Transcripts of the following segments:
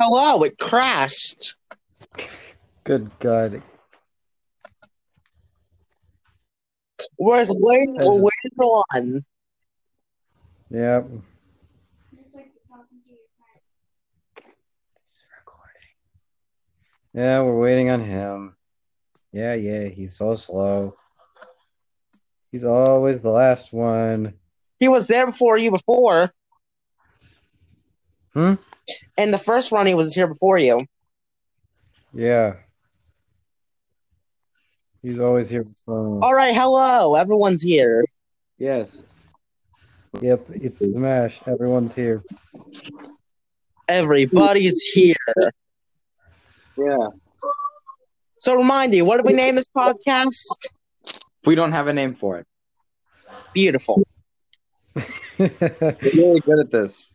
Hello, it crashed. Good God. Where's Wayne, I just- Wayne's on? Yep. Yeah, we're waiting on him. Yeah, yeah, he's so slow. He's always the last one. He was there before you before. Hmm? And the first run, he was here before you. Yeah. He's always here. for All right, hello. Everyone's here. Yes. Yep, it's Smash. Everyone's here. Everybody's here. Yeah. So, remind you, what did we name this podcast? We don't have a name for it. Beautiful. Wink We're really good at this.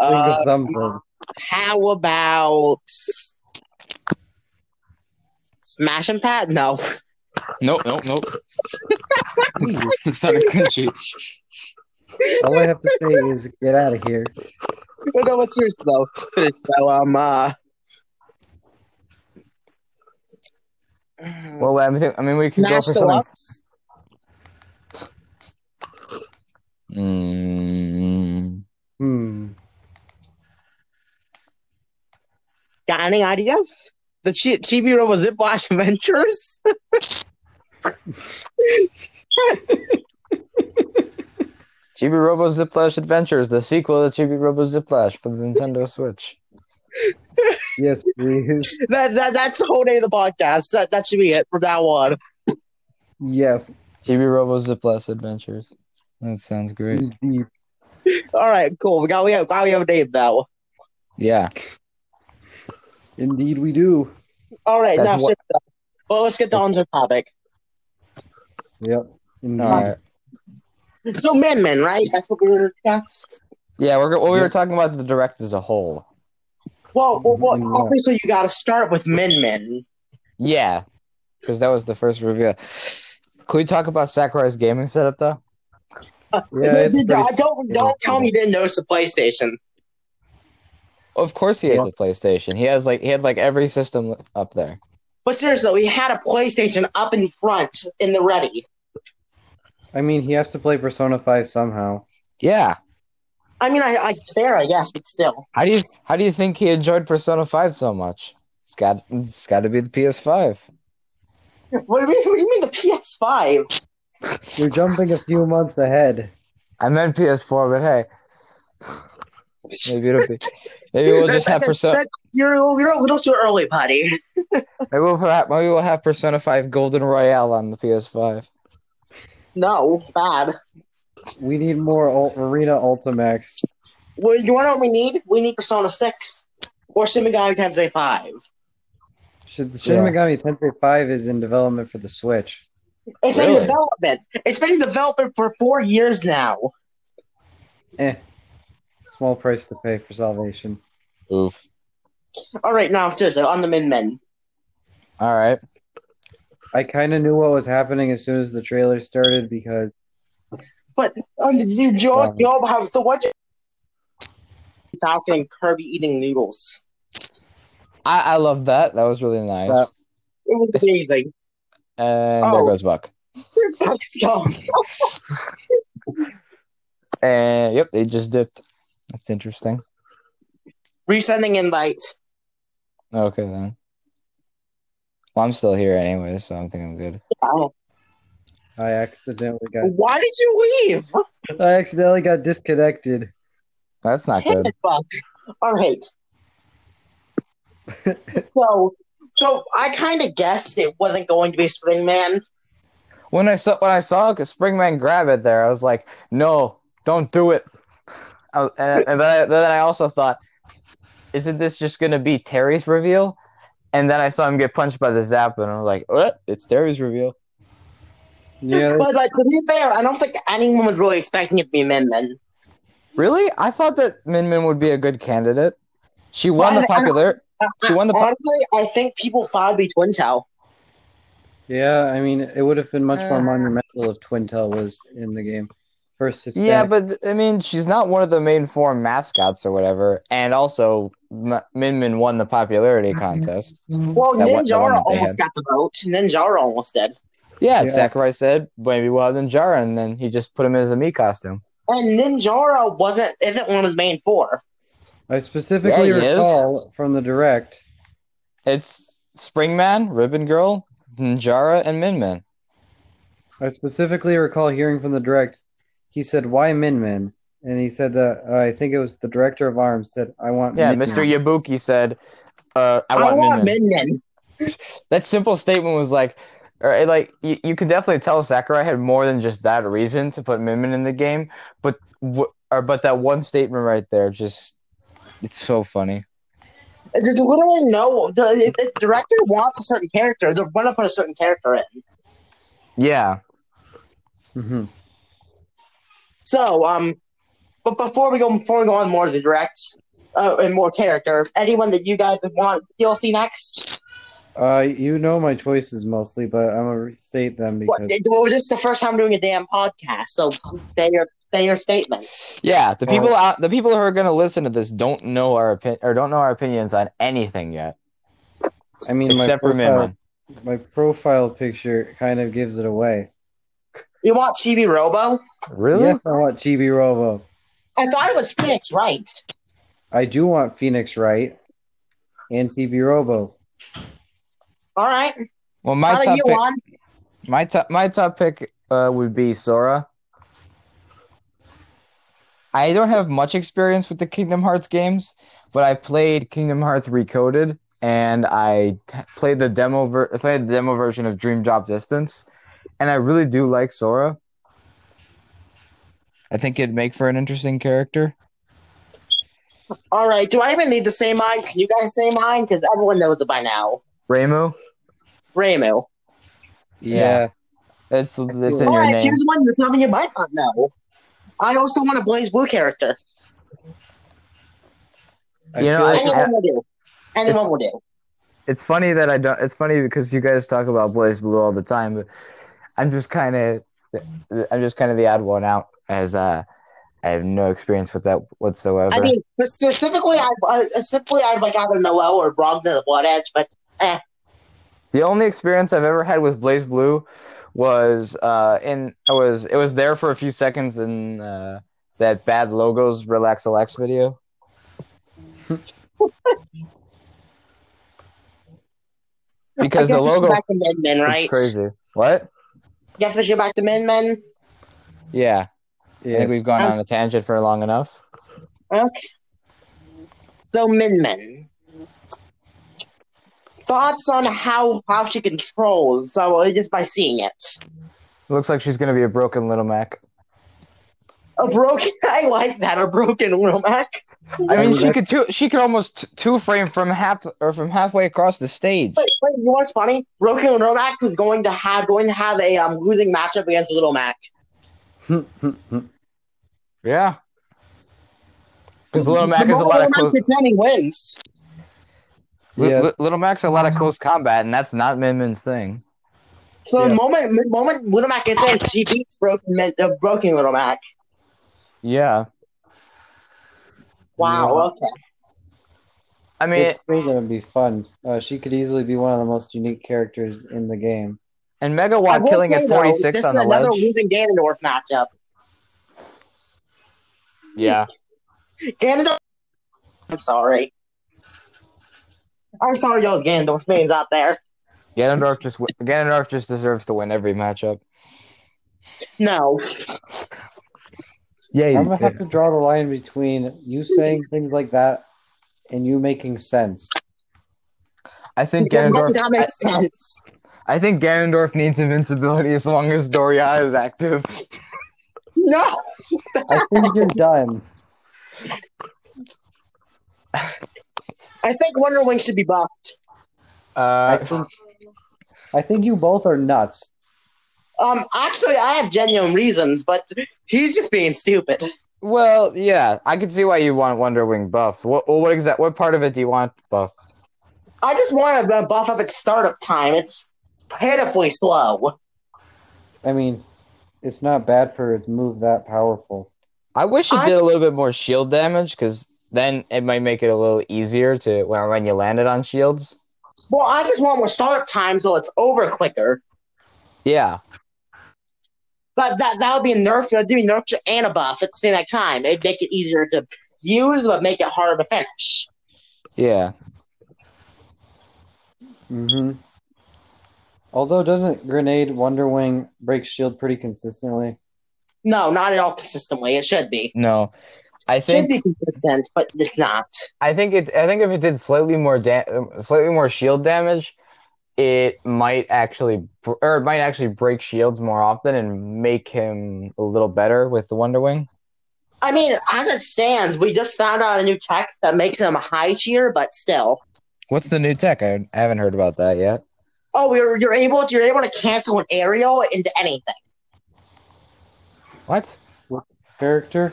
of something. How about Smash and Pat? No. Nope, nope, nope. it sounded cringy. All I have to say is get out of here. Well, no, it's yours though. So um, uh, Well, I mean, I mean we can go Smash for something. Deluxe. Mm, Hmm. Got any ideas? The Chi- Chibiro was Zip Wash Adventures. Chibi Robo Ziplash Adventures, the sequel to Chibi Robo Ziplash for the Nintendo Switch. Yes, please. That, that that's the whole day of the podcast. That that should be it from now on. Yes, Chibi Robo Ziplash Adventures. That sounds great. indeed. All right, cool. We got we have glad we have a name though. Yeah. Indeed, we do. All right, That's now what- shit, though. well, let's get on to the topic. Yep. Indeed. All right. So, Min Min, right? That's what we were discussing. Yeah, we're, well, we Yeah. were talking about the direct as a whole. Well, well, Yeah. well obviously you got to start with Min Min. Yeah, because that was the first reveal. Could we talk about Sakurai's gaming setup though? Yeah, Dude, it's dude, pretty- don't don't, yeah. tell me you didn't notice the PlayStation. Of course he has Yeah. a PlayStation. He has like he had like every system up there. But seriously, though, he had a PlayStation up in front in the ready. I mean, he has to play Persona 5 somehow. Yeah. I mean, I, I there, I guess, but still. How do you how do you think he enjoyed Persona Five so much? It's got it's got to be the PS Five. What do you, what do you mean the PS5? You're jumping a few months ahead. I meant PS Four, but hey, maybe it'll be maybe we'll just have Persona. That- You're you're a little too early, buddy. Maybe we'll perhaps, maybe we'll have Persona Five Golden Royale on the PS Five. No, bad. We need more Ul- Arena Ultimax. Well, you want to know what we need? We need Persona 6 or Shin Megami Tensei 5. Should, Shin Yeah. Megami Tensei 5 is in development for the Switch. It's Really? in development. It's been in development for four years now. Eh. Small price to pay for salvation. Oof. All right, now seriously, on the Min Min. All right. I kind of knew what was happening as soon as the trailer started because Um, you Job, Um, Job have so what? Falcon and Kirby eating noodles. I I love that. That was really nice. That- It was amazing. and there Oh. goes Buck. Bucks gone. And yep, they just dipped. That's interesting. Resending invites. Okay then. Well, I'm still here anyway, so I think I'm good. Wow. I accidentally got Why did you leave? I accidentally got disconnected. That's not Damn good. it, Buck. All right. so, so I kind of guessed it wasn't going to be Spring Man. When I saw when I saw Springman grab it there, I was like, "No, don't do it." I, and and then, I, then I also thought, "Isn't this just gonna be Terry's reveal?" And then I saw him get punched by the zap, and I'm like, "What? It's Terry's reveal." Yeah, But like to be fair, I don't think anyone was really expecting it to be Min Min. Really? I thought that Min Min would be a good candidate. She won Well, the I- I- popular. She won the. po- Honestly, I think people thought it'd be Twin Tail. yeah. I mean, it would have been much more Uh. monumental if Twintel was in the game. First Hispanic. Yeah, but I mean, she's not one of the main four mascots or whatever. And also, M- Min Min won the popularity contest. Well, That one- that one Ninjara that they almost had. got the vote. Ninjara almost did. Yeah, Yeah. Sakurai said maybe we'll have Ninjara, and then he just put him in his Ami costume. And Ninjara wasn't isn't one of his main four. I specifically Yeah, he is. recall from the direct. It's Springman, Ribbon Girl, Ninjara, and Min Min. I specifically recall hearing from the direct. He said, "Why Min Min?" And he said that uh, I think it was the director of arms said, "I want." Yeah, Min Min." Mr. Yabuki said, uh, "I I, want, want Min Min." Min Min. That simple statement was like, or it, like you, you could definitely tell Sakurai had more than just that reason to put Min Min in the game, but wh- or but that one statement right there just it's so funny. There's literally no. The, if the director wants a certain character, they're going to put a certain character in. Yeah, Mhm. So, um, but before we go, before we go on more to the direct uh, and more character, anyone that you guys would want DLC next? Uh, you know my choices mostly, but I'm gonna restate them What, because well, this is the first time doing a damn podcast, so stay your stay your statements. yeah. The people out, the people who are gonna listen to this don't know our opinion or don't know our opinions on anything yet, I mean, my except for Min profile, Min. my profile picture kind of gives it away. You want Chibi Robo? Really? Yes, I want Chibi Robo. I thought it was Phoenix, right? I do want Phoenix Wright and Chibi Robo. All right, Well, my how do top you pick, want? my top, my top pick uh, would be Sora. I don't have much experience with the Kingdom Hearts games, but I played Kingdom Hearts Recoded, and I t- played the demo ver- played the demo version of Dream Drop Distance, and I really do like Sora. I think it'd make for an interesting character. All right, do I even need to say mine? Can you guys say mine? Because everyone knows it by now. Remu, Ramu. Yeah, it's it's in All your right, name. here's one that's something you might not know. I also want a Blaze Blue character. I You know, feel I- like- Anyone will do. Anyone will do. it's funny that I don't. It's funny because you guys talk about Blaze Blue all the time, but I'm just kind of, I'm just kind of the odd one out as uh, I have no experience with that whatsoever. I mean, specifically, I uh, specifically I'd like either Noel or Brogdon the Blood Edge, but the only experience I've ever had with Blaze Blue was uh, in I was it was there for a few seconds in uh, that bad logos relax relax video. because I the guess we should logo back to Min Min, is right? crazy. What? Guess we should back to Min Min. Yeah, I think yes. we've gone Um, on a tangent for long enough. So Min Min, thoughts on how how she controls? So uh, just by seeing it, Looks like she's gonna be a broken little Mac. a broken. I like that a broken Romac. I mean, Yeah, she that- could two, she could almost t- two frame from half or from halfway across the stage. Wait, wait, you know what's funny? Broken Romac was going to have going to have a um, losing matchup against Little Mac. Yeah, because little Mac is a But Little lot of Mac close. pretending wins. Li- Yeah. li- little Mac's a lot of close combat, and that's not Min Min's thing. So Yeah. the moment the moment Little Mac gets in, she beats broken Min- uh, broken Little Mac. Yeah, Wow. Okay. I mean, it's still gonna be fun. Uh, she could easily be one of the most unique characters in the game. and I Megawatt will killing say at though, forty this six on is the another ledge. losing Ganondorf matchup. Yeah, Ganondorf. I'm sorry. I'm sorry, y'all Ganondorf fans out there. Ganondorf just w- Ganondorf just deserves to win every matchup. No, Yeah, I'm gonna have to draw the line between you saying things like that and you making sense. I think Ganondorf. that makes sense. I think Ganondorf needs invincibility as long as Doria is active. No, I think you're done. I think Wonder Wing should be buffed. I Uh, think I think you both are nuts. Um, actually, I have genuine reasons, but he's just being stupid. Well, yeah, I can see why you want Wonder Wing buffed. What what exact what part of it do you want buffed? I just want to buff up its startup time. It's pitifully slow. I mean, it's not bad for its move that powerful. I wish it I- did a little bit more shield damage because then it might make it a little easier to when, when you land it on shields. Well, I just want more startup time so it's over quicker. Yeah, But that that would be a nerf. That would be a nerf and a buff at the same time. It'd make it easier to use, but make it harder to finish. yeah. Mm-hmm. Although doesn't grenade Wonder Wing break shield pretty consistently? No, not at all consistently. It should be. No, I It should think be consistent, but it's not. I think it. I think if it did slightly more da- um, slightly more shield damage, it might actually br- or it might actually break shields more often and make him a little better with the Wonder Wing. I mean, as it stands, we just found out a new tech that makes him a high tier, but still. What's the new tech? I, I haven't heard about that yet. Oh, you're you're able to, you're able to cancel an aerial into anything. What? Character?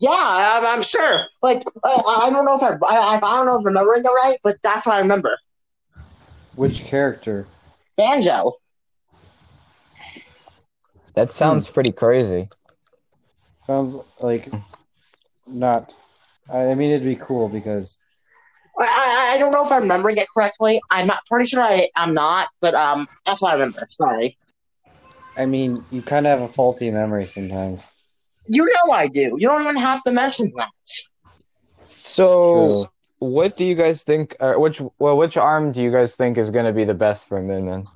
Yeah, I'm, I'm sure. Like I, I don't know if I, I I don't know if I'm remembering it right, but that's what I remember. Which character? Banjo. That sounds pretty crazy. Sounds like not. I I mean, it'd be cool because I, I, I don't know if I'm remembering it correctly. I'm not pretty sure I I'm not, but um that's what I remember. Sorry. I mean, you kind of have a faulty memory sometimes. You know I do. You don't even have to mention that. So, what do you guys think? Or which well, which arm do you guys think is going to be the best for Min Min?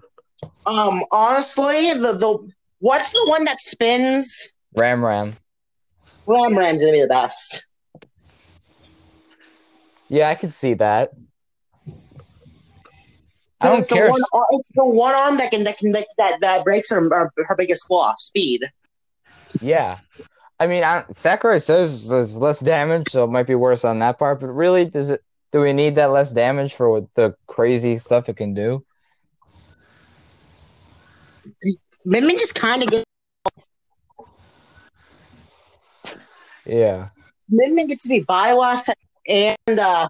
Um honestly, the the what's the one that spins? Ram Ram. Ram Ram's gonna be the best. Yeah, I could see that. I don't It's the care. One, ar- it's the one arm that can that can that that, that breaks her, her her biggest flaw, speed. Yeah. I mean, I, Sakurai says there's less damage, so it might be worse on that part. But really, does it? Do we need that less damage for what the crazy stuff it can do? Minmin just kind of gets Yeah. Minmin gets to be Byleth and uh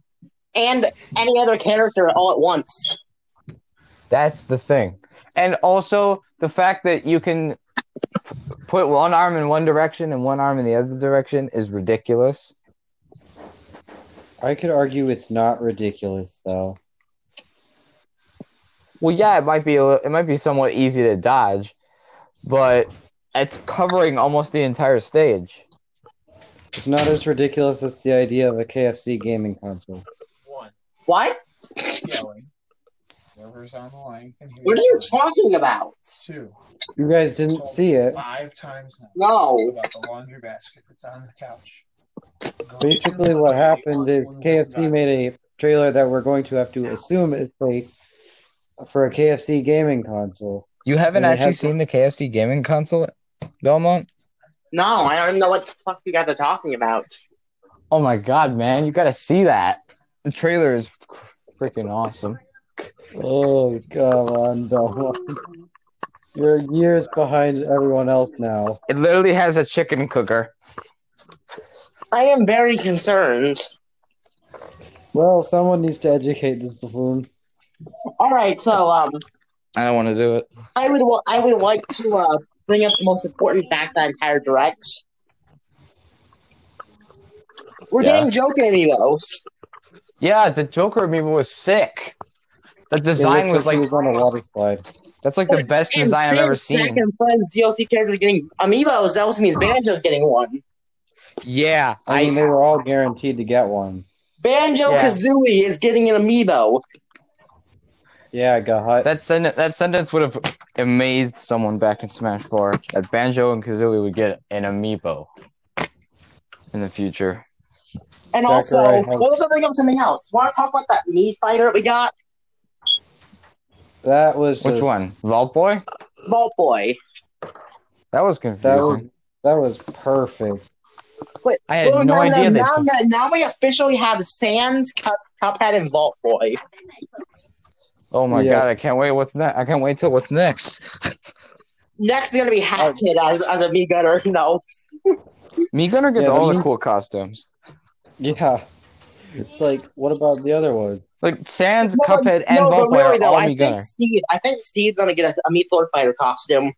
and any other character all at once. That's the thing. And also the fact that you can p- put one arm in one direction and one arm in the other direction is ridiculous. I could argue it's not ridiculous though. Well, yeah, it might be a, li- it might be somewhat easy to dodge, but it's covering almost the entire stage. It's not as ridiculous as the idea of a KFC gaming console. One. What? Yelling. Whoever's on the line can hear What are you yelling. talking about? Two. You guys didn't see it. Five times now. No. About the laundry basket that's on the couch. Basically, what happened is KFC made a trailer that we're going to have to assume is fake for a KFC gaming console. You haven't Yeah, it actually has- seen the KFC gaming console, Belmont? No, I don't even know what the fuck you guys are talking about. Oh my god, man, you got to see that. The trailer is freaking awesome. Oh, come on, Belmont. You're years behind everyone else now. It literally has a chicken cooker. I am very concerned. Well, someone needs to educate this buffoon. All right, so um, I don't want to do it. I would wa- I would like to uh, bring up the most important fact of that entire direct. We're Yeah. getting Joker amiibos. Yeah, the Joker amiibo was sick. The design It looks was like he was on a water slide. that's like the best design I've since ever seen. Second Friends DLC characters getting amiibos. That also means Banjo's getting one. Yeah, I mean, I they were all guaranteed to get one. Banjo Yeah. Kazooie is getting an amiibo. Yeah, got that sen- that sentence would have amazed someone back in Smash Four that Banjo and Kazooie would get an amiibo in the future. And Zachary also, has- what was I bring up something else? Want to talk about that Mii fighter we got? that was Which just- one, Vault Boy? Vault Boy. That was That confusing. was that was perfect. I had Well, no now, idea. Now, that now, now we officially have Sans, Cup, Cuphead, and Vault Boy. oh my Yes. god, I can't wait. What's next? I can't wait till what's next. Next is gonna be Oh. Hat Kid as as a Mii gunner. No, Me Gunner gets Yeah, all the me- cool costumes. Yeah, it's like what about the other one? Like Sans, No, Cuphead, and no, Vault but Boy really are though, all I Me think Gunner. Steve. I think Steve's gonna get a, a Meat Lord fighter costume.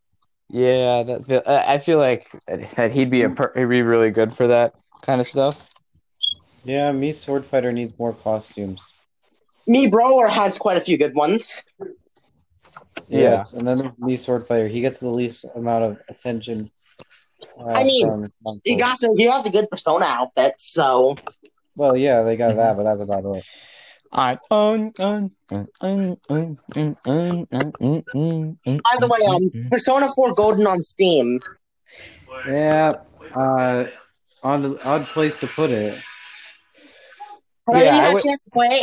Yeah, that feel, I I feel like that he'd be a per, he'd be really good for that kind of stuff. Yeah, me sword fighter needs more costumes. Me Brawler has quite a few good ones. Yeah. and then there's me sword fighter. He gets the least amount of attention. uh, I mean, from- from- Oh. You got some, you got the good persona outfit, so well, yeah, they got that, but that's about it. All right. by the way, Mm-hmm. um, Persona 4 Golden on Steam. Yeah, uh, odd, odd place to put it. Have Yeah, you I had a would- chance to play it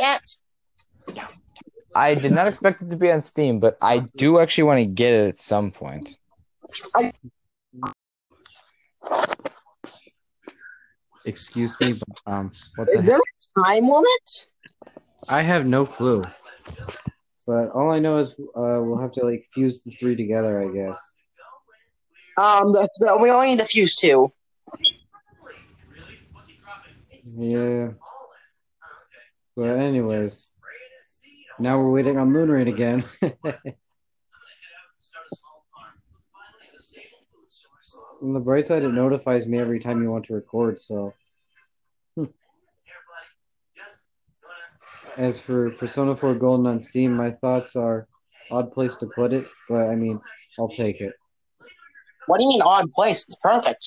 yet? I did not expect it to be on Steam, but I do actually want to get it at some point. Excuse me, but um, what's Is there a time limit? I have no clue. But all I know is uh, we'll have to like fuse the three together, I guess. Um, the, the, we only need to fuse two. Yeah. But anyways, now we're waiting on Moon Rain again. on the bright side, it notifies me every time you want to record. So, Hmm. as for Persona 4 Golden on Steam, my thoughts are odd place to put it, but I mean, I'll take it. What do you mean odd place? It's perfect.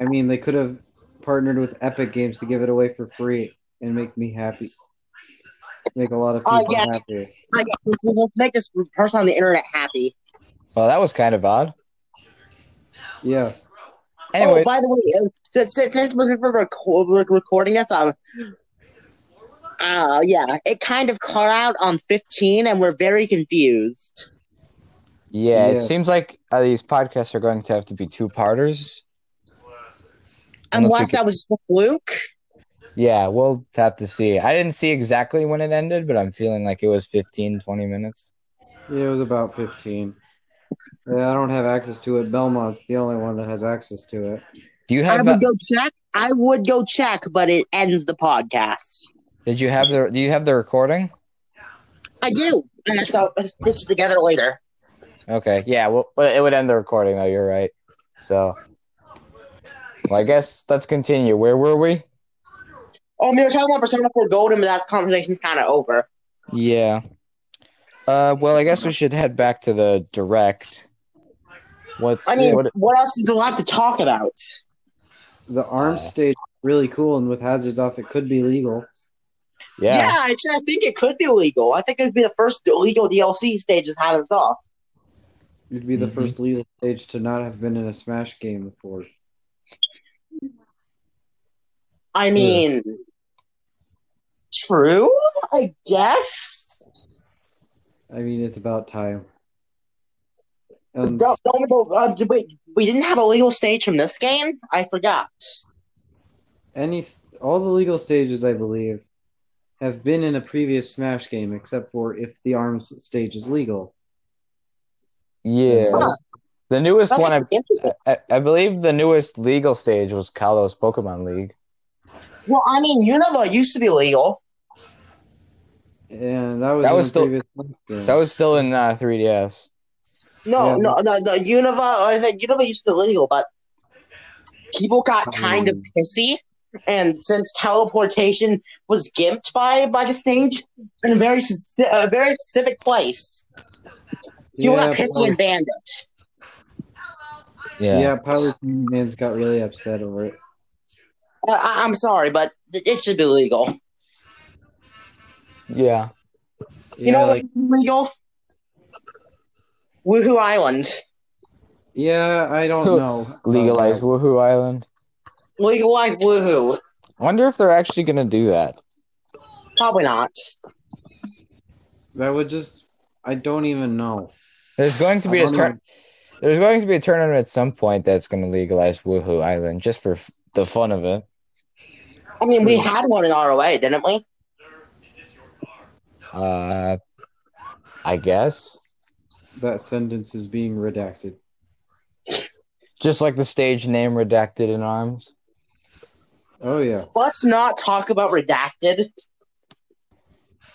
I mean, they could have partnered with Epic Games to give it away for free and make me happy. Make a lot of Oh, people yeah. happy. Like, let's- let's make this person on the internet happy. Well, that was kind of odd. Yeah. Anyway, Oh, by the way, uh, since, since, since we're reco- we're recording this, um, uh, yeah, it kind of caught out on 15, and we're very confused. yeah, Yeah. it seems like uh, these podcasts are going to have to be two parters. Unless that was just a fluke. Yeah, we'll have to see. I didn't see exactly when it ended, but I'm feeling like it was 15, 20 minutes. Yeah, it was about 15. Yeah, I don't have access to it. Belmont's the only one that has access to it. Do you I have? would the- go check. I would go check, but it ends the podcast. did you have the? Do you have the recording? I do. And so uh, stitch it together later. Okay. Yeah. Well, but it would end the recording though. You're right. So, well, I guess let's continue. Where were we? Oh, we were talking about Persona 4 Golden, but that conversation's kind of over. Yeah. Uh. Well, I guess we should head back to the direct. What's I mean, what? what else is there left to talk about? The arms stage is really cool, and with hazards off, it could be legal. Yeah. actually, I think it could be illegal. I think it'd be the first illegal DLC stage is how it's off. It'd be the Mhm. first legal stage to not have been in a Smash game before. I mean, true, I guess. I mean, it's about time. Don't, Mm. And don't, don't- uh, d- wait, we didn't have a legal stage from this game? I forgot. any all the legal stages i believe have been in a previous smash game except for if the arms stage is legal Yeah. Huh. The newest That's one, I, interesting. I, I believe, the newest legal stage was Kalos Pokemon League. Well, I mean, Unova used to be legal. and that was That in was a still- previous Smash game. That was still in uh, 3DS. No, Yeah. no, the, the Unova, I think Unova used to be legal, but people got kind of Um. pissy. And since teleportation was gimped by by the stage in a very speci- a very specific place, you yeah, got pissy and banned it. Yeah. yeah, yeah Pirate Man's got really upset over it Uh, I, I'm sorry, but th- it should be legal. Yeah. yeah, you know like, what's legal? Woohoo Island. yeah i don't know Uh, Legalized Woohoo Island. Legalize Woohoo. I wonder if they're actually going to do that. Probably not. that would just i don't even know There's going to be I a don't tur- there's going to be a tournament at some point that's going to legalize Woohoo Island just for f- the fun of it. I mean, we Hmm. had one in ROA, didn't we? Uh, I guess that sentence is being redacted just like the stage name redacted in arms. oh yeah Let's not talk about redacted.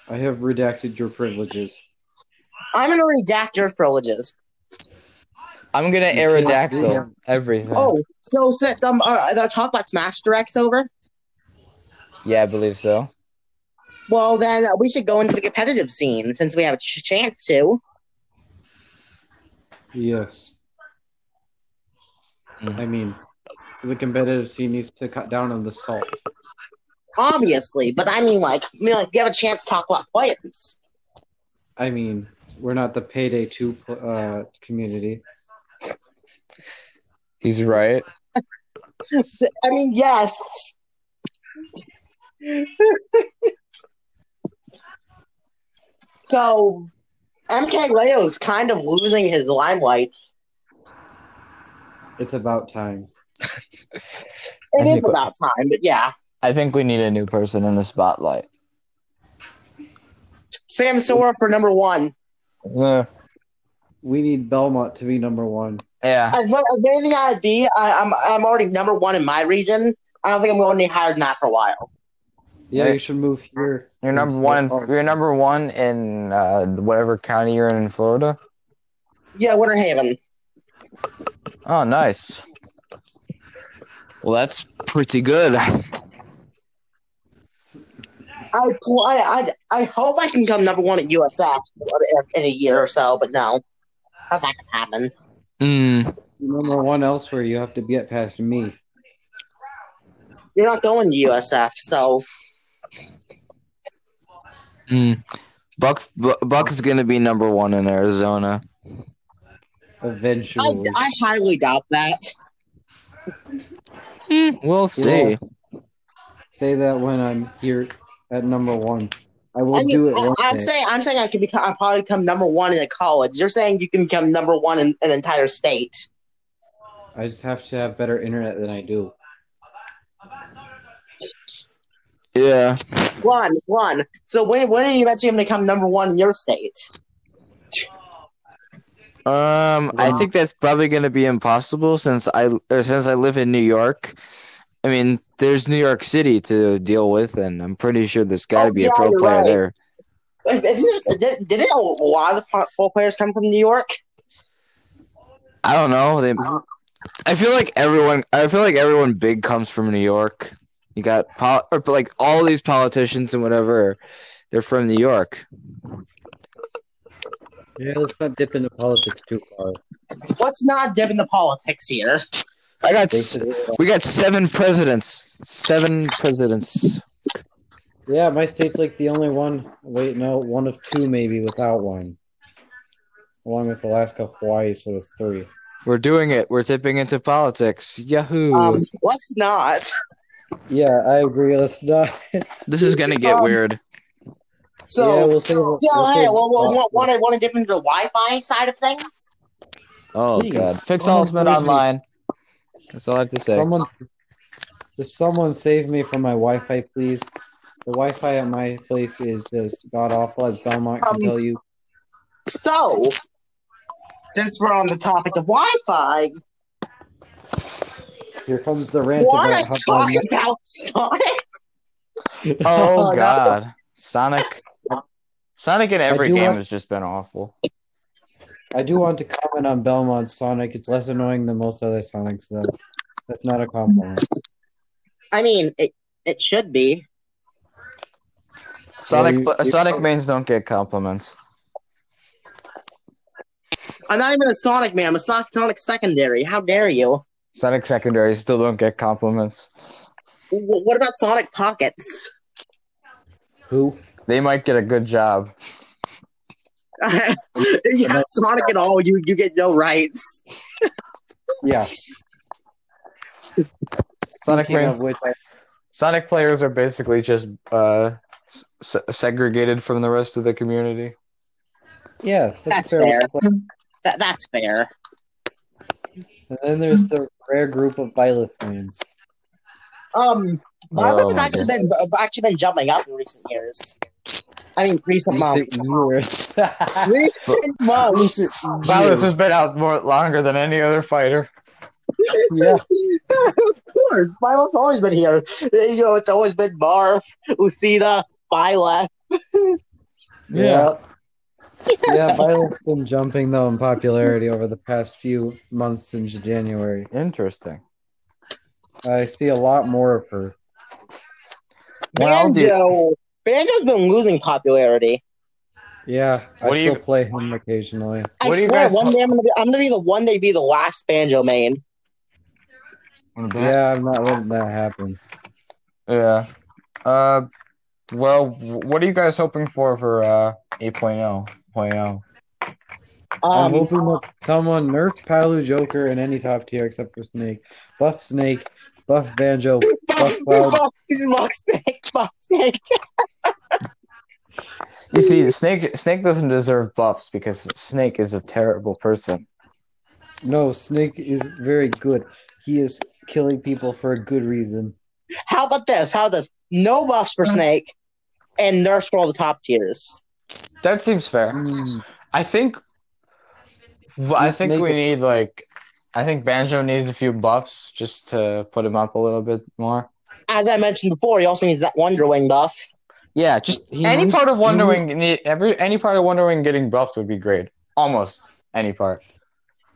i have redacted your privileges I'm an redactor of privileges. I'm gonna You can't do aerodactyl everything. Oh, so set um, uh, the talk about Smash Directs over. Yeah, I believe so. Well, then uh, we should go into the competitive scene since we have a ch- chance to. Yes. I mean, the competitive scene needs to cut down on the salt. Obviously, but I mean, like, you know, like, you have a chance to talk about players. I mean, we're not the payday two uh, community. He's right. I mean, yes. so, MK Leo's kind of losing his limelight. It's about time. It I is think- about time, but yeah. I think we need a new person in the spotlight. Sam Sora for number one. Yeah. We need Belmont to be number one. Yeah. As much as anything I'd be, I, I'm I'm already number one in my region. I don't think I'm going any higher than that for a while. Yeah, Hey. you should move here. You're number one. In, you're number one in uh, whatever county you're in in Florida. Yeah, Winter Haven. Oh, nice. Well, that's pretty good. I, pl- I, I I hope I can come number one at USF in a year or so, but no, that's not gonna happen. Mm. You're number one elsewhere. You have to get past me. You're not going to USF, so Mm. Buck Bu- Buck is gonna be number one in Arizona. I, Eventually. I highly doubt that. We'll see. Say that when I'm here at number one. I will I mean, do it. one I, am day. saying I'm saying I could become I probably become number one in a college. You're saying you can become number one in an entire state. I just have to have better internet than I do. Yeah. One, one. So when when are you actually going to become number one in your state? Um, I Wow. think that's probably going to be impossible since I or since I live in New York. I mean, there's New York City to deal with, and I'm pretty sure there's got to Oh, be yeah, a pro you're player right. there. Did, didn't a lot of the pro- pro players come from New York? I don't know. They, I feel like everyone. I feel like everyone big comes from New York. You got pol- or like all these politicians and whatever. They're from New York. Yeah, let's not dip into politics too far. Let's not dip into politics here. I got. s- We got seven presidents. Seven presidents. Yeah, my state's like the only one. Wait, no, one of two maybe without one. Along with Alaska, Hawaii, so it's three. We're doing it. We're dipping into politics. Yahoo! Um, let's not. Yeah, I agree. Let's not. this is gonna get um, weird. yeah, So, we'll save, we'll yeah, hey, save- well, well, want to want to dip into the Wi-Fi side of things? Oh Jeez. god. Fix Oh, Ultimate please. Online. That's all I have to say. someone, if someone save me from my Wi-Fi, please. The Wi-Fi at my place is just god awful, as Belmont can Um, tell you. So, since we're on the topic of Wi-Fi, Here comes the rant want about to talk how about Sonic? Oh no. god. Sonic Sonic in every do game want- has just been awful. I do want to comment on Belmont's Sonic. It's less annoying than most other Sonics, though. That's not a compliment. I mean, it it should be. Sonic you- you- Sonic mains don't get compliments. I'm not even a Sonic man. I'm a Sonic, Sonic secondary. How dare you? Sonic secondary still don't get compliments. W- what about Sonic Pockets? Who? They might get a good job. you have Sonic at all, you you get no rights. Yeah. Sonic Speaking mains of which, I- Sonic players are basically just uh s- se- segregated from the rest of the community. yeah, That's a fair. way to put That, that's fair. it. And then there's the rare group of Byleth fans. Um, Oh, Marvin's my actually been actually been jumping up in recent years. I mean, recent months. Recent months. Ballas has been out more longer than any other fighter. yeah, of course, Milo's always been here. You know, it's always been Barf, Lucina, Viola. yeah. yeah, Violet's been jumping though in popularity over the past few months since January. Interesting. I see a lot more of her. Well, dude- Banjo. Banjo's been losing popularity. Yeah, I What do still you- play him occasionally. I What do you swear, guys one hope- day I'm gonna, be, I'm gonna be the one day be the last banjo main. Yeah, I'm not letting that happen. Yeah. Uh, well, what are you guys hoping for for uh 8.0? 0.0? I'm Um, hoping that someone nerf Palu Joker in any top tier except for Snake. Buff Snake, buff Banjo, Buff, uh, Cloud. Buff, Buff Snake, Buff Snake. You see, Snake Snake doesn't deserve buffs because Snake is a terrible person. No, Snake is very good. He is killing people for a good reason. How about this? How about this? No buffs for Snake, and nerfs for all the top tiers. That seems fair. Hmm. I think. Well, I Yes, think Snake- we need like, I think Banjo needs a few buffs just to put him up a little bit more. As I mentioned before, he also needs that Wonder Wing buff. Yeah, just He any needs- part of he Wonder needs- Wing, need- every any part of Wonder Wing getting buffed would be great. Almost any part.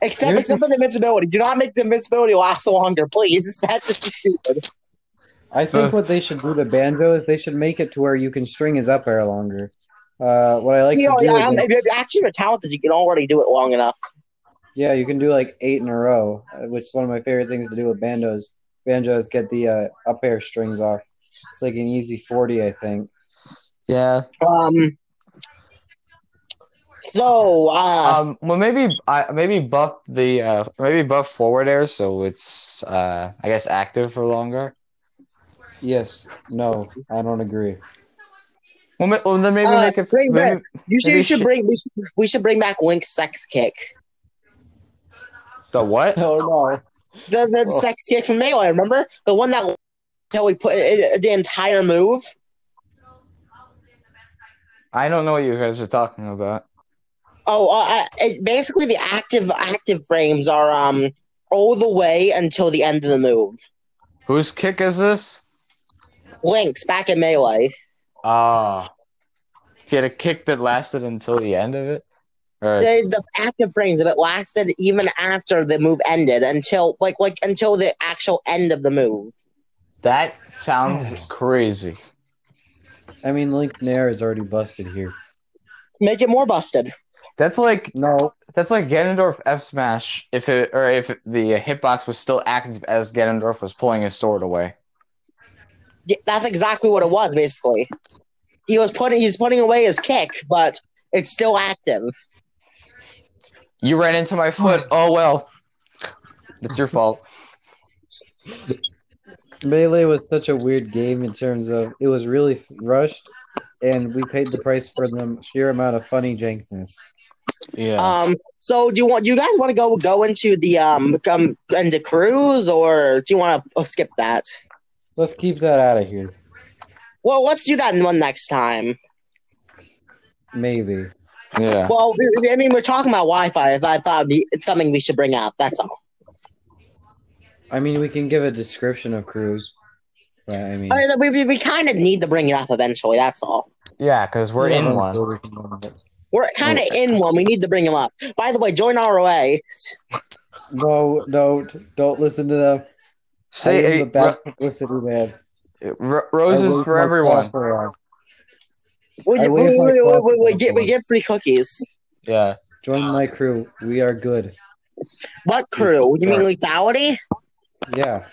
Except Here's except for the invincibility. Do not make the invincibility last so longer, please. That just be stupid. I think So- what they should do to Banjo is they should make it to where you can string his up air longer. Uh, what I like you to know, do yeah, is I'm- if you're actually you're talented, you can already do it long enough. Yeah, you can do like eight in a row, uh, which is one of my favorite things to do with banjos. Banjos get the uh, up air strings off. It's like an easy 40, I think. Yeah, Um. So, uh, Um, well, maybe I maybe buff the uh, maybe buff forward air so it's uh, I guess active for longer. Yes, no, I don't agree. Well, ma- well then maybe Uh, make it. bring Maybe, you should, maybe you should sh- bring we should, we should bring back Link's sex kick. the what? Oh, no. The, the Oh. sex kick from Melee, remember the one that until we put it, it- the entire move. I don't know what you guys are talking about. Oh, uh, uh, it, basically the active active frames are um all the way until the end of the move. Whose kick is this? Link's back in Melee. Ah, he had a kick that lasted until the end of it. Or the, the active frames of it lasted even after the move ended until like like until the actual end of the move. that sounds crazy. I mean, Link Nair is already busted here. Make it more busted. That's like No, that's like Ganondorf F smash if it or if the hitbox was still active as Ganondorf was pulling his sword away. Yeah, That's exactly what it was basically. He was putting he's putting away his kick, but it's still active. You ran into my foot. Oh well. It's your fault. Melee was such a weird game in terms of it was really f- rushed, and we paid the price for the sheer amount of funny jankness. Yeah. Um so do you want do you guys want to go go into the um um into cruise or do you want to skip that? Let's keep that out of here. Well, let's do that in one next time. Maybe. yeah. Well, I mean, we're talking about Wi-Fi. I thought it'd be- it's something we should bring up. That's all. I mean, we can give a description of Cruise. But I mean, I mean, we, we, we kind of need to bring it up eventually. That's all. Yeah, because we're in one. We're kind of in one. We need to bring him up. By the way, join ROA. No, don't, don't listen to them. I am Say the uh, bad publicity man. ro- ro- roses I for wave my everyone. flag around. We, I we, waved my we, we, flag we, we around get we once. get free cookies. Yeah. Join my crew. We are good. What crew? You mean lethality? Yeah,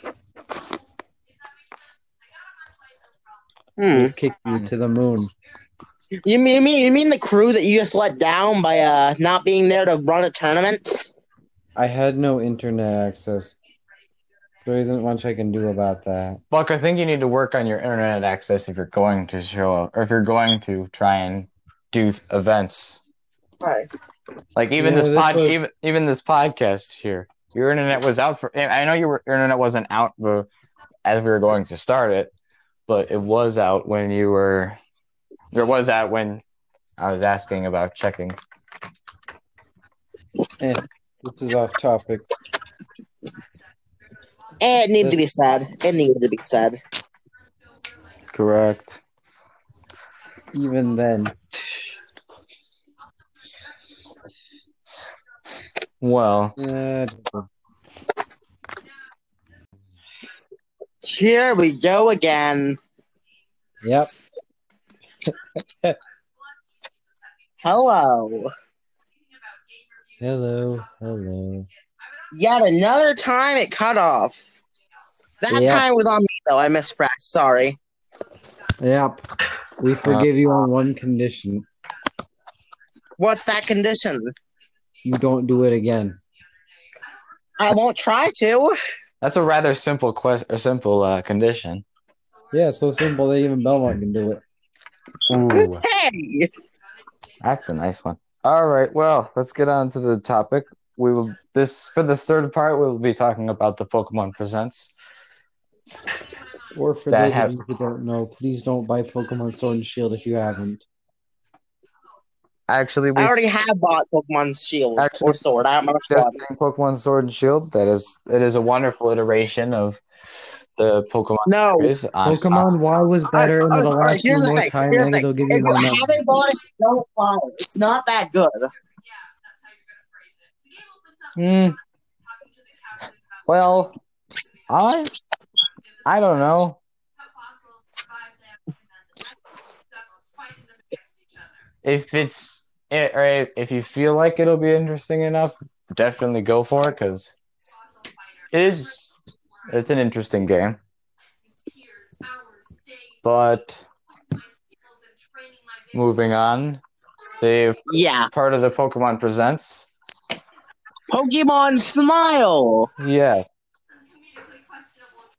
Hmm. kick you to the moon. You mean you mean you mean the crew that you just let down by uh not being there to run a tournament? I had no internet access. There isn't much I can do about that. Buck, I think you need to work on your internet access if you're going to show up or if you're going to try and do th- events. Right. Like even Yeah, this that's pod what- even even this podcast here. Your internet was out for I know your internet wasn't out the- as we were going to start it, but it was out when you were or it was out when I was asking about checking. Eh, this is off topic. It needed to be said. It needed to be said. Correct. Even then, Well, Uh, Here we go again. yep. Hello. Hello. Hello. Yet another time it cut off. That Yeah. time was on me though. I mispressed. Sorry. Yep. We forgive you on one condition: What's that condition? you don't do it again. I won't try to. that's a rather simple question, or simple uh, condition. Yeah, so simple that even Belmont can do it. Ooh, Hey. that's a nice one. All right, well, let's get on to the topic. We will this for the third part. We will be talking about the Pokemon Presents. Or for That those have- of you who don't know, please don't buy Pokemon Sword and Shield if you haven't. Actually, we I already have bought Pokemon Shield Actually- or Sword. I don't remember which Just one. playing Pokemon Sword and Shield. That is, it is a wonderful iteration of the Pokemon No. series. I'm- Pokemon Y was better, and I- I- it'll alright, last you here's the more thing, time. here's and the they'll give you If more you numbers. haven't bought it, don't buy it. It's not that good. Hmm. Well, I I don't know. If it's eh, or if you feel like it'll be interesting enough, definitely go for it because it is it's an interesting game. But moving on, the Yeah. part of the Pokemon Presents. Pokemon Smile. Yeah,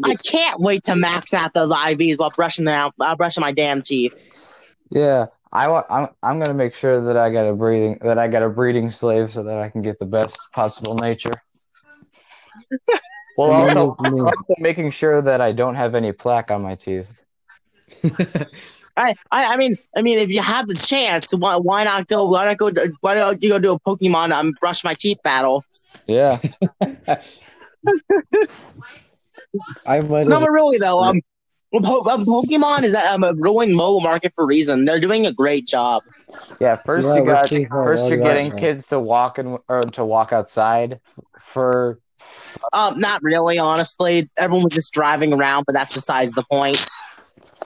I can't wait to max out those IVs while brushing them out, uh, brushing my damn teeth. yeah. I want. I'm. I'm gonna make sure that I got a breeding that I got a breeding slave so that I can get the best possible nature. well, And also, then you'll know. also making sure that I don't have any plaque on my teeth. I, I, I mean, I mean, if you have the chance, why, why not go? Why not go? do- Why don't you go do a Pokemon um, brush my teeth battle? Yeah. I might No, have but really though, um, well, po- um, Pokemon is um, a growing mobile market for a reason. They're doing a great job. Yeah, first Yeah, you we'll got see how first well you're you are, getting man. kids to walk and or to walk outside for Um, not really, honestly. Everyone was just driving around, but that's besides the point.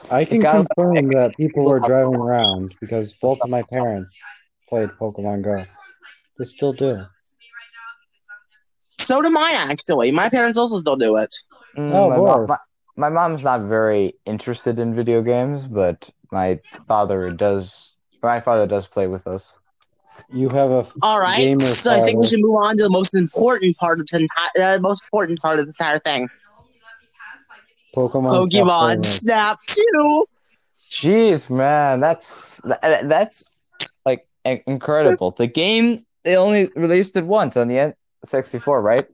I can got- confirm that people were driving around because both of my parents played Pokemon Go. They still do. So do mine actually. My parents also still do it. Mm, Oh, my, mom, boy. my, my mom's not very interested in video games, but my father does my father does play with us. You have a All right. Gamer so I think we father. should move on to the most important part of the enti- uh, most important part of the entire thing. Pokemon. Pokemon Snap Two. Jeez, man, that's that, that's like in- incredible. The game they only released it once on the N64, right?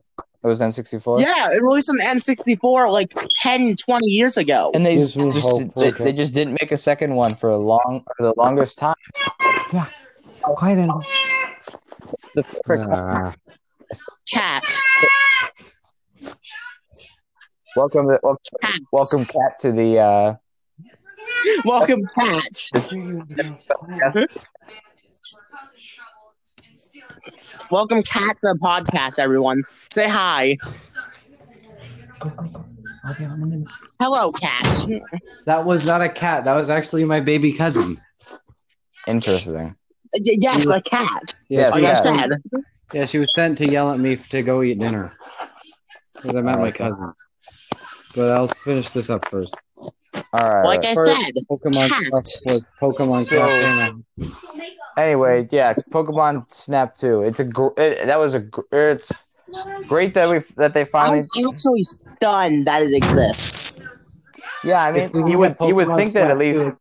It was N64. Yeah, it released on the N64 like 10, 20 years ago. and they Gives just, me just hope, did- they, okay. they just didn't make a second one for a long for the longest time. Quite The frick- Cat. welcome, welcome, Cat. welcome, cat to the uh, Welcome, Cat. Welcome, Cat, to the podcast, everyone. Say hi. Hello, Cat. That was not a cat. That was actually my baby cousin. interesting. Y- Yes, a cat. Yes, Like yes. I said. Yeah, she was sent to yell at me to go eat dinner. Because I met my cousin. But I'll finish this up first. All right. Like I First, said. Pokemon cat. stuff was Pokemon So- Cafe. Anyway, yeah, Pokemon Snap 2. It's a gr- it, that was a gr- it's great that we that they finally. I'm actually stunned that it exists. Yeah, I If we mean, can you would get you would Pokemon think that Snap at least too.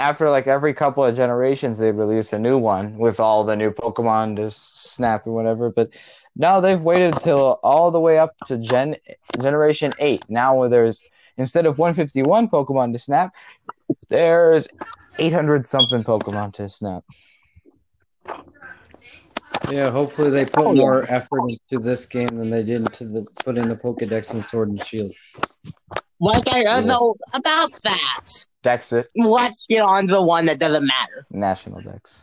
after like every couple of generations they release a new one with all the new Pokemon to Snap and whatever, but now they've waited till all the way up to gen generation eight. Now where there's instead of 151 Pokemon to Snap, there's 800 something Pokemon to Snap. Yeah, hopefully they put Oh, yeah. more effort into this game than they did into the put in the Pokedex and Sword and Shield. Like I Yeah. uh, know about that. Dex it Let's get on to the one that doesn't matter. national Dex.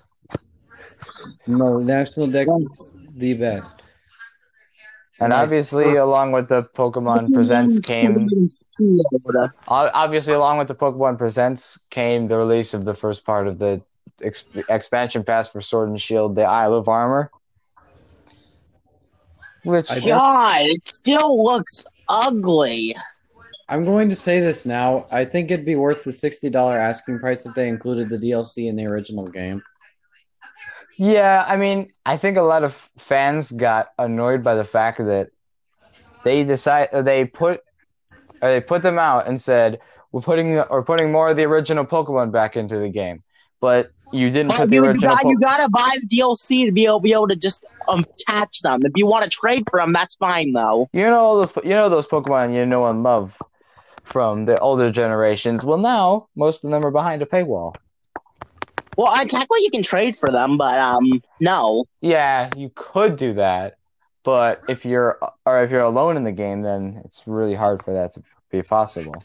No, National Dex is the best. And Nice. obviously, along with the Pokemon Presents came, o- obviously along with the Pokemon Presents came the release of the first part of the ex- expansion pass for Sword and Shield, the Isle of Armor, which I- God, it still looks ugly. I'm going to say this now. I think it'd be worth the sixty dollar asking price if they included the DLC in the original game. Yeah, I mean, I think a lot of fans got annoyed by the fact that they decide or they put or they put them out and said we're putting the, or putting more of the original Pokemon back into the game, but you didn't But put the you, original. got, Po- you gotta buy the DLC to be able, be able to just um, catch them. If you want to trade for them, that's fine though. you know all those you know those Pokemon you know and love from the older generations. Well, now most of them are behind a paywall. Well, I technically you can trade for them, but um, no. Yeah, you could do that, but if you're or if you're alone in the game, then it's really hard for that to be possible.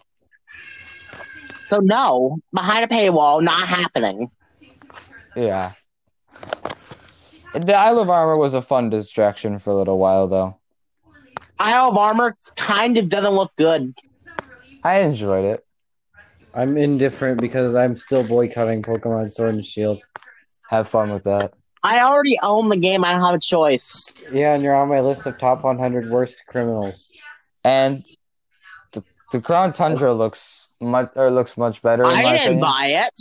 So no, behind a paywall, not happening. Yeah. The Isle of Armor was a fun distraction for a little while, though. Isle of Armor kind of doesn't look good. I enjoyed it. I'm indifferent because I'm still boycotting Pokemon Sword and Shield. Have fun with that. I already own the game. I don't have a choice. Yeah, and you're on my list of top 100 worst criminals. And the, the Crown Tundra looks much or looks much better. In I my didn't opinion. buy it.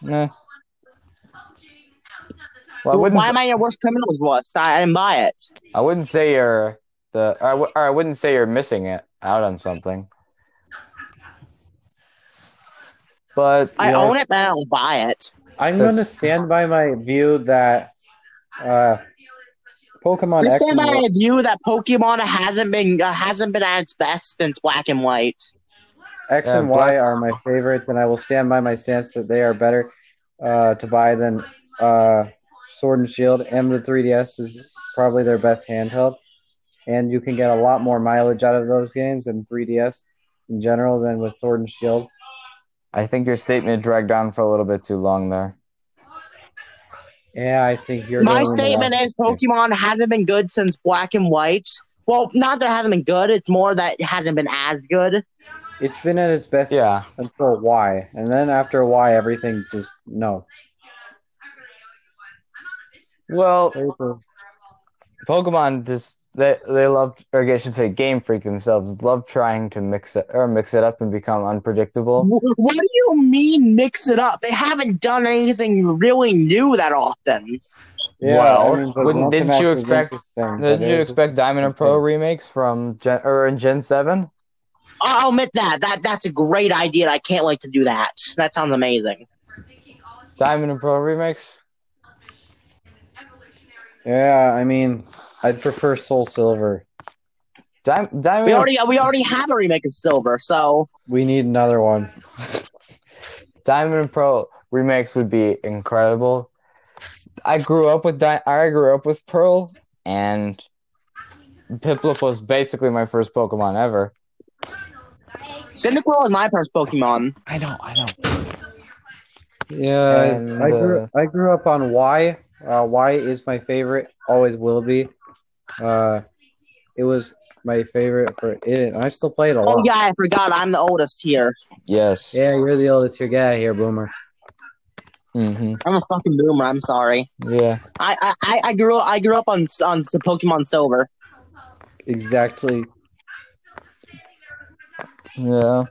Nah. Well, I So wouldn't. Why am I your worst criminals list? I, I didn't buy it. I wouldn't say you're the. Or I, w- or I wouldn't say you're missing it out on something. But I yeah, own it, but I don't buy it. I'm The- going to stand by my view that uh, Pokemon This X game and I Y- have view that Pokemon hasn't been uh, hasn't been at its best since Black and White. X Yeah, and Black- Y are my favorites, and I will stand by my stance that they are better uh, to buy than uh, Sword and Shield, and the 3DS is probably their best handheld. And you can get a lot more mileage out of those games and 3DS in general than with Sword and Shield. I think your statement dragged on for a little bit too long there. Yeah, I think you're. My going in the statement wrong is Pokemon hasn't been good since Black and White. Well, not that it hasn't been good. It's more that it hasn't been as good. It's been at its best Yeah. until Y, and then after Y, everything just no. Well, Pokemon just they they love or I should say Game Freak themselves love trying to mix it or mix it up and become unpredictable. Wh- What do you mean mix it up? They haven't done anything really new that often. Well, but wouldn't- Ultimate didn't you is expect- interesting, but Did you it was- expect Diamond and Pro remakes from Gen or in Gen Seven? I- I'll admit that that that's a great idea. and I can't wait to do that. That sounds amazing. Diamond and Pro remakes? Yeah, I mean, I'd prefer Soul Silver. Di- We Diamond already we already have a remake of Silver, so We need another one. Diamond and Pearl remakes would be incredible. I grew up with Di- I grew up with Pearl, and Piplup was basically my first Pokemon ever. Cyndaquil is my first Pokemon. I know, I know. Yeah, And, I grew uh, I grew up on Y. Uh, y is my favorite. Always will be. Uh, it was my favorite for it, and I still play it a lot. Oh yeah, I forgot. I'm the oldest here. Yes. Yeah, you're the oldest. You're out of here, Boomer. hmm I'm a fucking boomer. I'm sorry. Yeah. I I- I, I grew I grew up on on s- Pokemon Silver. Exactly. Yeah.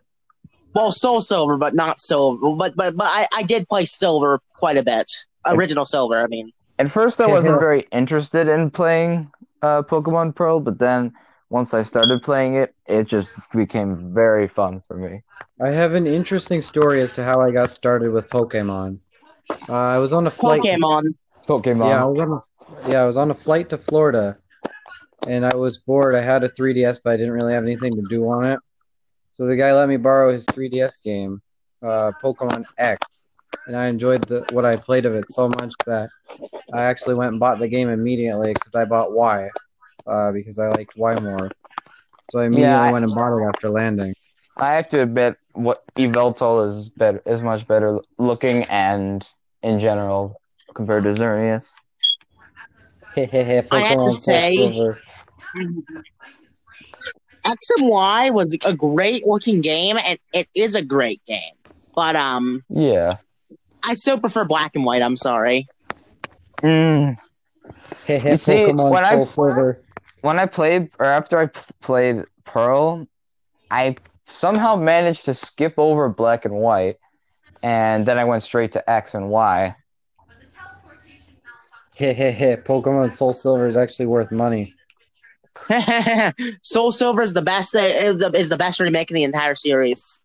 Well, Soul Silver, but not Silver. But but but I, I did play Silver quite a bit. Original Silver, I mean. At first, I wasn't very interested in playing uh, Pokemon Pearl, but then once I started playing it, it just became very fun for me. I have an interesting story as to how I got started with Pokemon. Uh, I was on a flight. Pokemon. Pokemon. Yeah, I was on a, yeah, I was on a flight to Florida, and I was bored. I had a 3DS, but I didn't really have anything to do on it. So the guy let me borrow his 3DS game, uh, Pokemon X, and I enjoyed the, what I played of it so much that I actually went and bought the game immediately. Except I bought Y, uh, because I liked Y more. So I immediately I- went and bought it after landing. I have to admit, what Eveltal is better is much better looking and in general compared to Xerneas. I have to Pokemon say- Silver. X and Y was a great looking game, and it is a great game. But um, Yeah. I still prefer black and white. I'm sorry. Mm. You see, Pokemon when I- Soul Silver. When I played, or after I p- played Pearl, I somehow managed to skip over black and white, and then I went straight to X and Y. Pokemon Soul Silver is actually worth money. Soul Silver is the best. uh, Is the, is the best remake in the entire series.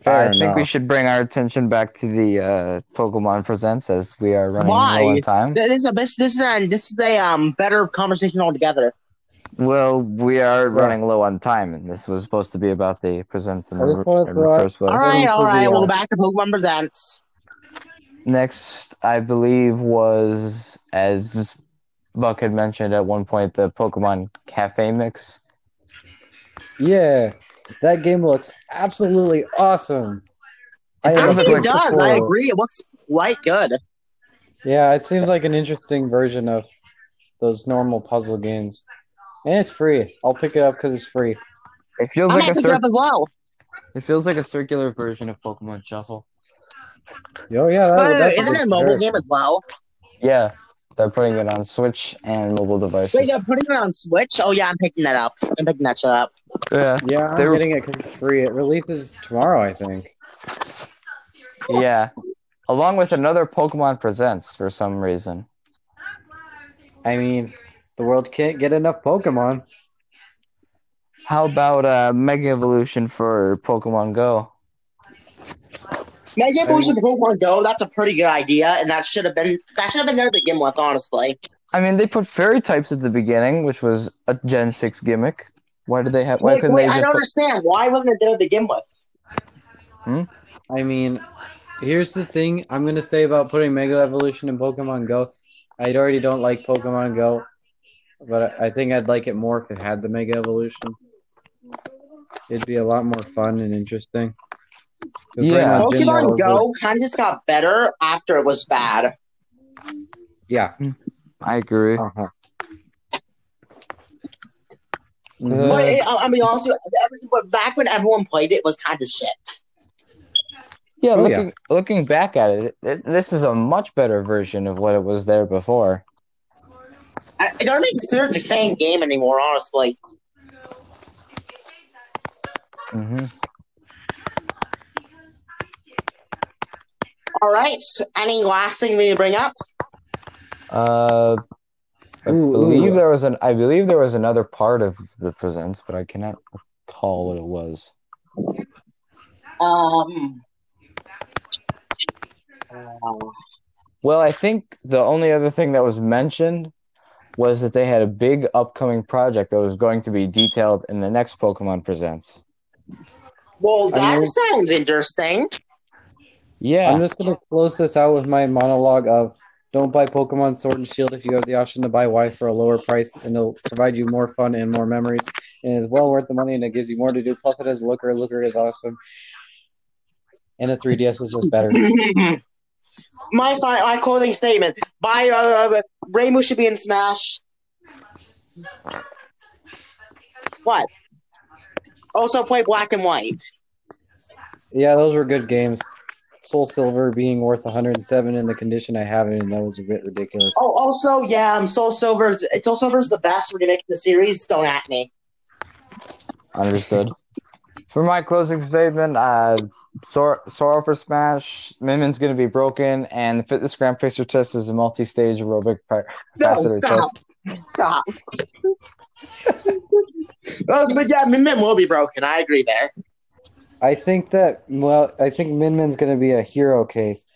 Fair I think we enough. should bring our attention back to the uh, Pokemon Presents as we are running Why? low on time. This is a this is a, this is a um better conversation altogether. Well, we are Yeah. running low on time, and this was supposed to be about the Presents and I the just wanna and throw out- Reverse all Wave. right, all right. Pokemon. We'll go back to Pokemon Presents. Next, I believe, was as Buck had mentioned at one point, the Pokemon Cafe Mix. Yeah, that game looks absolutely awesome. I It am does look Actually, like it does. before- I agree. It looks quite good. Yeah, it seems like an interesting version of those normal puzzle games. And it's free. I'll pick it up because it's free. It feels I'm like gonna a pick it up cir- as well. it feels like a circular version of Pokemon Shuffle. Oh, yeah. That, But that's a isn't good it a mobile comparison. game as well? Yeah, they're putting it on Switch and mobile devices. Wait, they're putting it on Switch. Oh yeah, I'm picking that up. I'm picking that shit up. yeah, Yeah, I'm They were- getting it because it's free. It releases tomorrow, I think. yeah, along with another Pokemon Presents for some reason. I mean, the world can't get enough Pokemon. How about uh, Mega Evolution for Pokemon Go? Now, yeah, I but we mean- should Pokemon Go. That's a pretty good idea, and that should have been that should have been there to begin with. Honestly, I mean, they put fairy types at the beginning, which was a Gen Six gimmick. Why did they have? Why wait, couldn't wait, they? I just don't put- understand why wasn't it there to begin with. I mean, here's the thing I'm going to say about putting Mega Evolution in Pokemon Go. I already don't like Pokemon Go, but I I think I'd like it more if it had the Mega Evolution. It'd be a lot more fun and interesting. 'Cause Yeah. now Gen One Pokemon was Go kind of just got better after it was Uh, bad. a- Yeah. I agree. Uh-huh. Uh, Mhm. But Uh, Mm-hmm. it, I I mean, also, every- but back when everyone played it, it was kind of shit. Yeah, Oh, looking looking back at it, it, this is a much better version of what it was there before. I, I don't even consider it the same game anymore. Honestly, hmm all right. Any last thing we need to bring up? Uh, I Ooh, believe ooh. there was an I believe there was another part of the presents, but I cannot recall what it was. Um. Hmm. Well, I think the only other thing that was mentioned was that they had a big upcoming project that was going to be detailed in the next Pokemon Presents. Well, I that mean- sounds interesting. Yeah, I'm just gonna close this out with my monologue of don't buy Pokemon Sword and Shield if you have the option to buy Y for a lower price and it'll provide you more fun and more memories. And it's well worth the money and it gives you more to do. Plus it has Looker, Looker is awesome. And the 3DS was just better. my fi- my closing statement: By uh, uh, Rainbow should be in Smash. What? Also play Black and White. Yeah, those were good games. Soul Silver being worth 107 in the condition I have it in, that was a bit ridiculous. Oh, also, yeah, um, Soul Silver's Soul Silver's the best remake in the series. Don't at me. understood. For my closing statement, uh, Sor- Sorrow for Smash, Minmin's going to be broken, and the Fitness Grand Pacer test is a multi stage aerobic par- No, capacitor stop, test. stop. oh, but yeah, Min Min will be broken. I agree there. I think that well, I think Min Min's gonna be a hero case.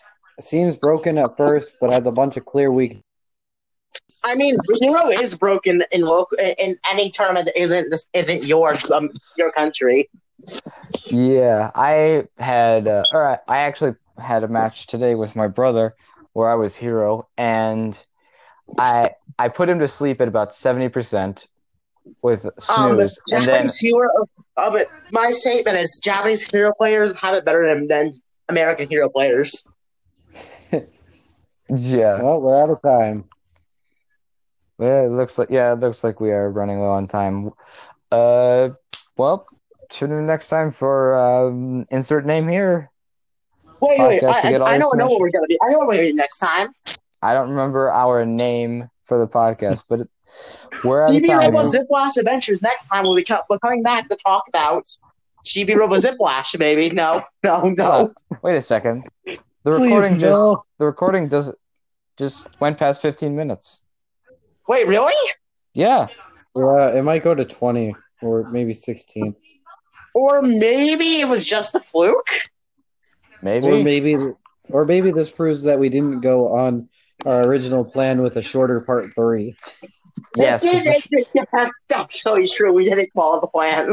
Seems broken at first, but has a bunch of clear weak I mean, Zero is broken in local in any tournament that isn't this isn't yours, um, your country. Yeah, I had, uh, or I, I actually had a match today with my brother where I was hero, and I I put him to sleep at about 70% with Um, snooze, and then Japanese hero. Um, my statement is Japanese hero players have it better than, than American hero players. yeah, Well, we're out of time. Yeah, it looks like yeah, it looks like we are running low on time. Uh, well, tune in next time for um, insert name here. Wait, wait, Podcast to I, get all I, I don't know information. what we're gonna be. I know what we're gonna be next time. I don't remember our name for the podcast, but it, we're out of GB time. Robo Ziplash Adventures next time we'll be co- we're coming back to talk about GB Robo Ziplash, baby. No, no, no. Wait a second. The Please, recording just no. the recording does just went past fifteen minutes. Wait, really? Yeah, Yeah, it might go to 20 or maybe 16. Or maybe it was just a fluke? maybe. Or maybe or maybe this proves that we didn't go on our original plan with a shorter part 3. Yes, It 'cause did- it did- That's actually true. We didn't follow the plan.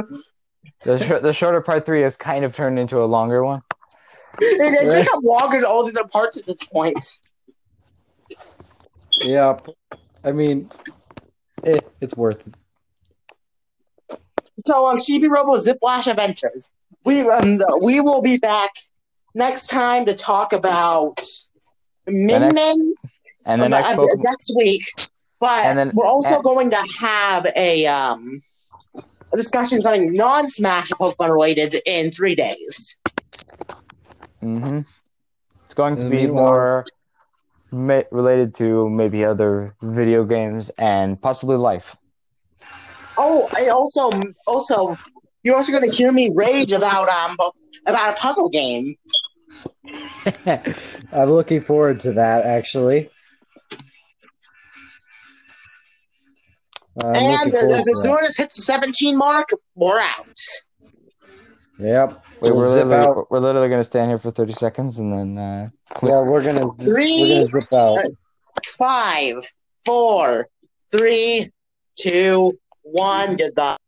the, the, shor- the shorter part three has kind of turned into a longer one. It, it's become longer to all the other parts at this point. Yeah. I mean it, Eh, it's worth it. So, um, Chibi Robo Ziplash Adventures. We um, the- we will be back next time to talk about Min next- Min And the um, next uh, Pokemon, next week. But And then- we're also and- going to have a um a discussion something non-Smash Pokemon related in three days. hmm it's going to In the be meanwhile- more ma- related to maybe other video games and possibly life. Oh, and also also you're also going to hear me rage about um about a puzzle game. I'm looking forward to that actually. I'm and if looking forward to as that. soon as hits the 17 mark, we're out. Yep. Wait, We'll we're zip literally, out. we're literally going to stand here for 30 seconds and then uh, Yeah, we're gonna we're Three, gonna zip out. five, four, three, two, one. Goodbye.